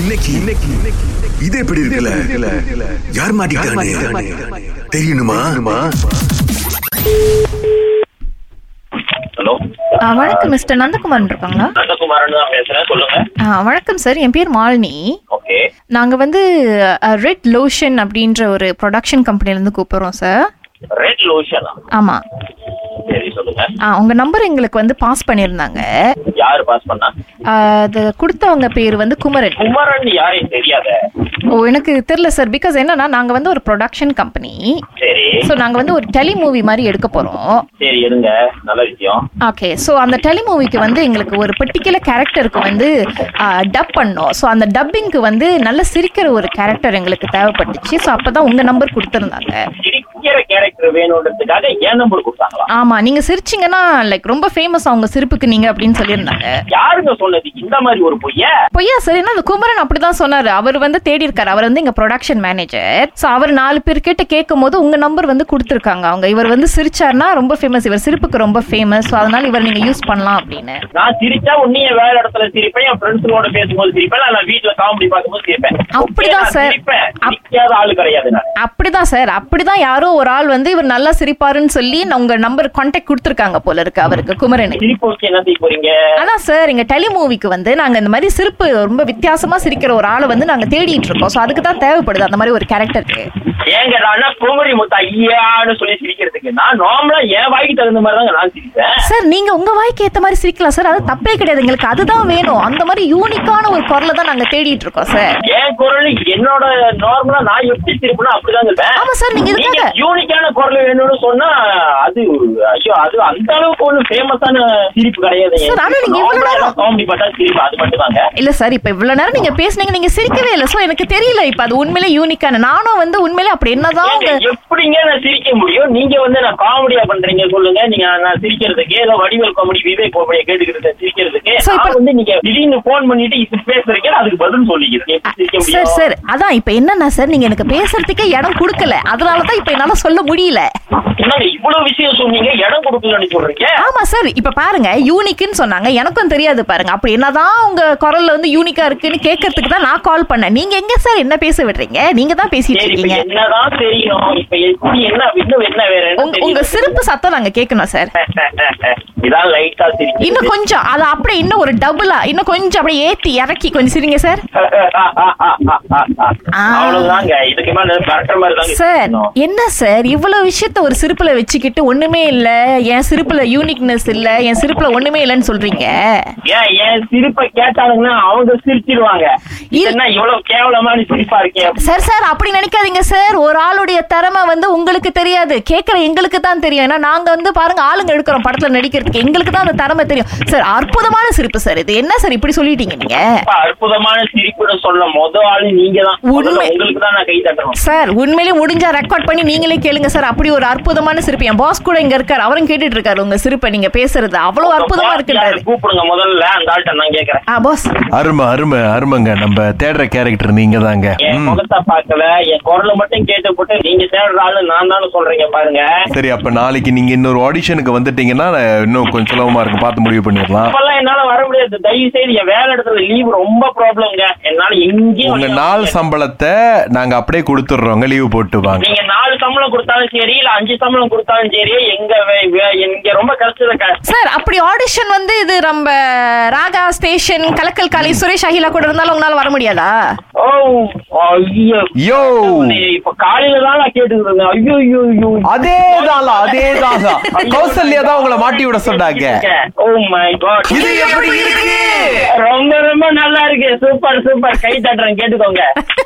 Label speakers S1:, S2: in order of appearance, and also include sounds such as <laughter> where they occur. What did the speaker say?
S1: இன்னைக்கு இன்னைக்கு இன்னைக்கு- இது எப்படி இருக்குல்ல யார் மாட்டிக்கிட்டானே தெரியணுமா
S2: ஹலோ
S3: ஆ, வணக்கம் மிஸ்டர் நந்தகுமாரன் இருக்காங்களா
S2: நந்தகுமாரன் தான் பேசுறேன் சொல்லுங்க
S3: ஆ, வணக்கம் சார் என் பேர் மாலினி
S2: ஓகே
S3: நாங்கள் வந்து ரெட் லோஷன் அப்படின்ற ஒரு ப்ரொடக்ஷன் கம்பெனிலேருந்து கூப்பிட்றோம் சார்
S2: ரெட் லோஷனா
S3: ஆமாம்
S2: சரி சொல்லுங்க
S3: ஆ உங்கள் நம்பர் எங்களுக்கு வந்து பாஸ் பண்ணியிருந்தாங்க
S2: யாரு பாஸ் பண்ணா
S3: ஆ, அது கொடுத்தவங்க பேர் வந்து குமரன்
S2: குமரன் யாரையும் தெரியாத
S3: ஓ எனக்கு தெரில சார் பிகாஸ் என்னன்னா நாங்கள் வந்து ஒரு ப்ரொடக்ஷன் கம்பெனி
S2: சரி
S3: ஸோ நாங்கள் வந்து ஒரு டெலி மூவி மாதிரி எடுக்க போகிறோம்
S2: சரி எடுங்க நல்ல விஷயம்
S3: ஓகே ஸோ அந்த டெலிமூவிக்கு வந்து எங்களுக்கு ஒரு பர்டிகுலர் கேரக்டருக்கு வந்து டப் பண்ணோம் ஸோ அந்த டப்பிங்க்கு வந்து நல்ல சிரிக்கிற ஒரு கேரக்டர் எங்களுக்கு தேவைப்பட்டுச்சு ஸோ அப்போ தான் உங்கள் நம்பர் கொடுத்துருந்தாங்க
S2: சிரிக்கிற கேரக்டர் வேணுன்றதுக்காக ஏன் நம்பர் கொடுத்தாங்களா
S3: ஆமாம் நீங்கள் சிரிச்சிங்கன்னா லைக் ரொம்ப ஃபேமஸ் அவங்க சிரிப்புக்கு நீங்கள் அப்படின்னு சொல்லியிருந்தாங்க
S2: யாருங்க சொன்னது இந்த மாதிரி ஒரு பொய்ய
S3: பொய்யா சார் என்ன அந்த குமரன் அப்படி தான் சொன்னார் அவர் வந்து தேடி இருக்காரு அவர் வந்து எங்கள் ப்ரொடக்ஷன் மேனேஜர் ஸோ அவர் நாலு பேர் கிட்ட கேட்கும் போது உங்கள் நம்பர் வந்து கொடுத்துருக்காங்க அவங்க இவர் வந்து சிரிச்சார்னா ரொம்ப ஃபேமஸ் இவர் சிரிப்புக்கு ரொம்ப ஃபேமஸ் ஸோ அதனால் இவர் நீங்கள் யூஸ் பண்ணலாம் அப்படின்னு
S2: நான் சிரிச்சா உன்னைய வேற இடத்துல சிரிப்பேன் என் ஃப்ரெண்ட்ஸுகளோட பேசும்போது சிரிப்பேன் நான் வீட்டுல காமெடி பார்க்கும்போது சிரிப்பேன்
S3: அப்படிதான்
S2: Okay, நான்
S3: sir.
S2: சிரிப்பேன்
S3: அப்-
S2: சிரிக்காத ஆளு கிடையாது நான்
S3: அப்படிதான் சார் அப்படிதான் யாரோ ஒரு ஆள் வந்து இவர் நல்லா சிரிப்பாருன்னு சொல்லி நான் உங்க நம்பர் கான்டாக்ட் கொடுத்துருக்காங்க போல இருக்கு அவருக்கு குமரனுக்கு
S2: சிரிப்பு வச்சு என்ன செய்ய போறீங்க
S3: அதான் சார் எங்க டெலிமூவிக்கு வந்து நாங்க இந்த மாதிரி சிரிப்பு ரொம்ப வித்தியாசமா சிரிக்கிற ஒரு ஆளை வந்து நாங்க தேடிட்டு இருக்கோம் ஸோ அதுக்கு தான் தேவைப்படுது அந்த மாதிரி ஒரு கேரக்டருக்கு
S2: ஏங்கடான்னா குமரி முத்த ஐயான்னு சொல்லி சிரிக்கிறதுக்கு நான் நார்மலா என் வாய்க்கு தகுந்த மாதிரி தாங்க நான் சிரிப்பேன்
S3: சார் நீங்க உங்க வாய்க்கு ஏத்த மாதிரி சிரிக்கலாம் சார் அது தப்பே கிடையாது எங்களுக்கு அதுதான் வேணும் அந்த மாதிரி யூனிக்கான ஒரு குரலை தான் நாங்க தேடிட்டு இருக்கோம் சார்
S2: என் குரல் என்னோட நார்மலா நான் எப்படி திருப்பினா அப்படிதான் இருப்பேன்
S3: ஆமா sir, நீங்க இதுக்காக-
S2: யூனிக்கான குரல் வேணும்னு சொன்னா அது ஐயோ அது அந்த அளவுக்கு ஒண்ணு ஃபேமஸான சிரிப்பு கிடையாது
S3: Sir, ஆனா நீங்க இவ்வளவு நேரம்-
S2: காமெடி பார்த்தா சிரிப்பு அது மட்டும் தாங்க
S3: இல்ல சார் இப்ப இவ்வளவு நேரம் நீங்க பேசுனீங்க நீங்க சிரிக்கவே இல்லை ஸோ எனக்கு தெரியல இப்ப அது உண்மையிலே யூனிக்கான நானும் வந்து உண்மையிலே அப்படி என்னதான் உங்க
S2: எப்படிங்க நான் சிரிக்க முடியும் நீங்க வந்து நான் காமெடியா பண்றீங்க சொல்லுங்க நீங்க நான் சிரிக்கிறதுக்கு ஏதோ வடிவேல் காமெடி விவேக் காமெடியை கேட்டுக்கிட்டு சிரிக்கிறதுக்கு
S3: Sir, இப்ப-
S2: நான் வந்து நீங்க திடீர்னு போன் பண்ணிட்டு இது பேசுறீங்க அதுக்கு பதில் சொல்லிக்கிறீங்க எப்படி சிரிக்க
S3: சார்
S2: முடியும்
S3: சார் அதான் இப்ப என்னன்னா சார் நீங்க எனக்கு பேசுறதுக்கே இடம் கொடுக்கல அதனாலதான் இப்ப என்னால சொல்ல முடியல
S2: என்னங்க இவ்வளவு விஷயம் சொன்னீங்க இடம் கொடுக்கலன்னு சொல்றீங்க
S3: ஆமா சார் இப்ப பாருங்க யூனிக்குன்னு சொன்னாங்க எனக்கும் தெரியாது பாருங்க அப்படி என்னதான் உங்க குரல்ல வந்து யூனிக்கா இருக்குன்னு கேட்கறதுக்கு தான் நான் கால் பண்ணேன் நீங்க எங்க சார் என்ன பேச விடுறீங்க நீங்க தான் பேசிட்டு
S2: சரி இப்ப
S3: இருக்கீங்க
S2: என்னதான் தெரியணும் இப்ப எப்படி என்ன இன்னும் என்ன வேற என்ன
S3: உங்க- உங்க
S2: தெரியும்?
S3: சிறப்பு சத்தம் நாங்க கேட்கணும் சார்
S2: இதான் லைட்டா சிரிக்கும்
S3: இன்னும் கொஞ்சம் அது அப்படியே இன்னும் ஒரு டபுளா இன்னும் கொஞ்சம் அப்படியே ஏத்தி இறக்கி கொஞ்சம் சிரிங்க சார் ஆ.
S2: <laughs> அவ்வளவுதாங்க இதுக்கு மேல பரட்டுற மாதிரி தாங்க
S3: சார்
S2: இருக்கணும்.
S3: என்ன சார் இவ்வளவு விஷயத்த ஒரு சிரிப்புல வச்சுக்கிட்டு ஒண்ணுமே இல்ல என் சிரிப்புல யூனிக்னஸ் இல்ல என் சிரிப்புல ஒண்ணுமே இல்லன்னு சொல்றீங்க
S2: ஏன் என் சிரிப்பை கேட்டாங்கன்னா அவங்க சிரிச்சிருவாங்க
S3: இல்-
S2: என்ன இவ்வளவு கேவலமான சிரிப்பா இருக்கேன்
S3: சார் சார் அப்படி நினைக்காதீங்க சார் ஒரு ஆளுடைய திறமை வந்து உங்களுக்கு தெரியாது கேட்குற எங்களுக்கு தான் தெரியும் ஏன்னா நாங்க வந்து பாருங்க ஆளுங்க எடுக்கிறோம் படத்துல நடிக்கிறதுக்கு எங்களுக்கு தான் அந்த திறமை தெரியும் சார் அற்புதமான சிரிப்பு சார் இது என்ன சார் இப்படி சொல்லிட்டீங்க நீங்க
S2: அற்புதமான சிரிப்புன்னு சொல்ல முத ஆளு நீங்க தான்
S3: உண்மை.
S2: உங்களுக்கு தான் நான் கை தட்டணும்
S3: சார் உண்மையிலேயே முடிஞ்சா ரெக்கார்ட் பண்ணி நீங்களே கேளுங்க சார் அப்படி ஒரு அற்புதமான சிரிப்பு என் பாஸ் கூட இங்க இருக்காரு அவரும் கேட்டுட்டு இருக்காரு உங்க சிரிப்பை நீங்க பேசுறது அவ்வளவு அற்புதமா
S2: யாரு
S3: இருக்குன்றாரு
S2: கூப்பிடுங்க முதல்ல அந்த ஆள்கிட்ட நான் கேக்குறேன்
S3: ஆ பாஸ்
S4: அருமை அருமை அருமைங்க நம்ம தேடுற கேரக்டர் நீங்க தாங்க
S2: என் முகத்தை பார்க்கல என் குரலை மட்டும் கேட்டு போட்டு நீங்க தேடுற ஆளு நான் தானே சொல்றீங்க பாருங்க
S4: சரி அப்ப நாளைக்கு நீங்க இன்னொரு ஆடிஷனுக்கு வந்துட்டீங்கன்னா நான் இன்னும் கொஞ்சம் சுலபமா இருக்கும் பார்த்து முடிவு பண்ணிடலாம்
S2: இப்பெல்லாம் என்னால வர முடியாது தயவு செய்து என் வேலை இடத்துல லீவ் ரொம்ப ப்ராப்ளம்ங்க என்னால எங்கேயும்
S4: உங்க
S2: வர
S4: நாள்
S2: முடியாது.
S4: சம்பளத்தை நாங்க அப்படியே கொடுத்துடுறோங்க லீவு போட்டு வாங்க
S2: நீங்க நாலு சம்பளம் கொடுத்தாலும் சரி இல்ல அஞ்சு சம்பளம் கொடுத்தாலும் சரி எங்க வே- வே- இங்க ரொம்ப கஷ்டத்தை
S3: சார் அப்படி ஆடிஷன் வந்து இது நம்ம ராகா ஸ்டேஷன் கலக்கல் காலை சுரேஷ் அகிலா கூட இருந்தாலும் உங்களால வர முடியாதா
S2: ஓ ஐயோ
S4: யோ
S2: இப்ப காலையில தான் நான் கேட்டுக்கிட்டு இருந்தேன் ஐயோ ஐயோ ஐயோ
S4: அதே தான்ல அதே தான் கௌசல்யா தான் உங்களை மாட்டி விட சொன்னாங்க
S2: ஓ மை காட்
S4: இது எப்படி இருக்கு
S2: ரொம்ப ரொம்ப நல்லா இருக்கு சூப்பர் சூப்பர் கை தட்டுறேன் கேட்டுக்கோங்க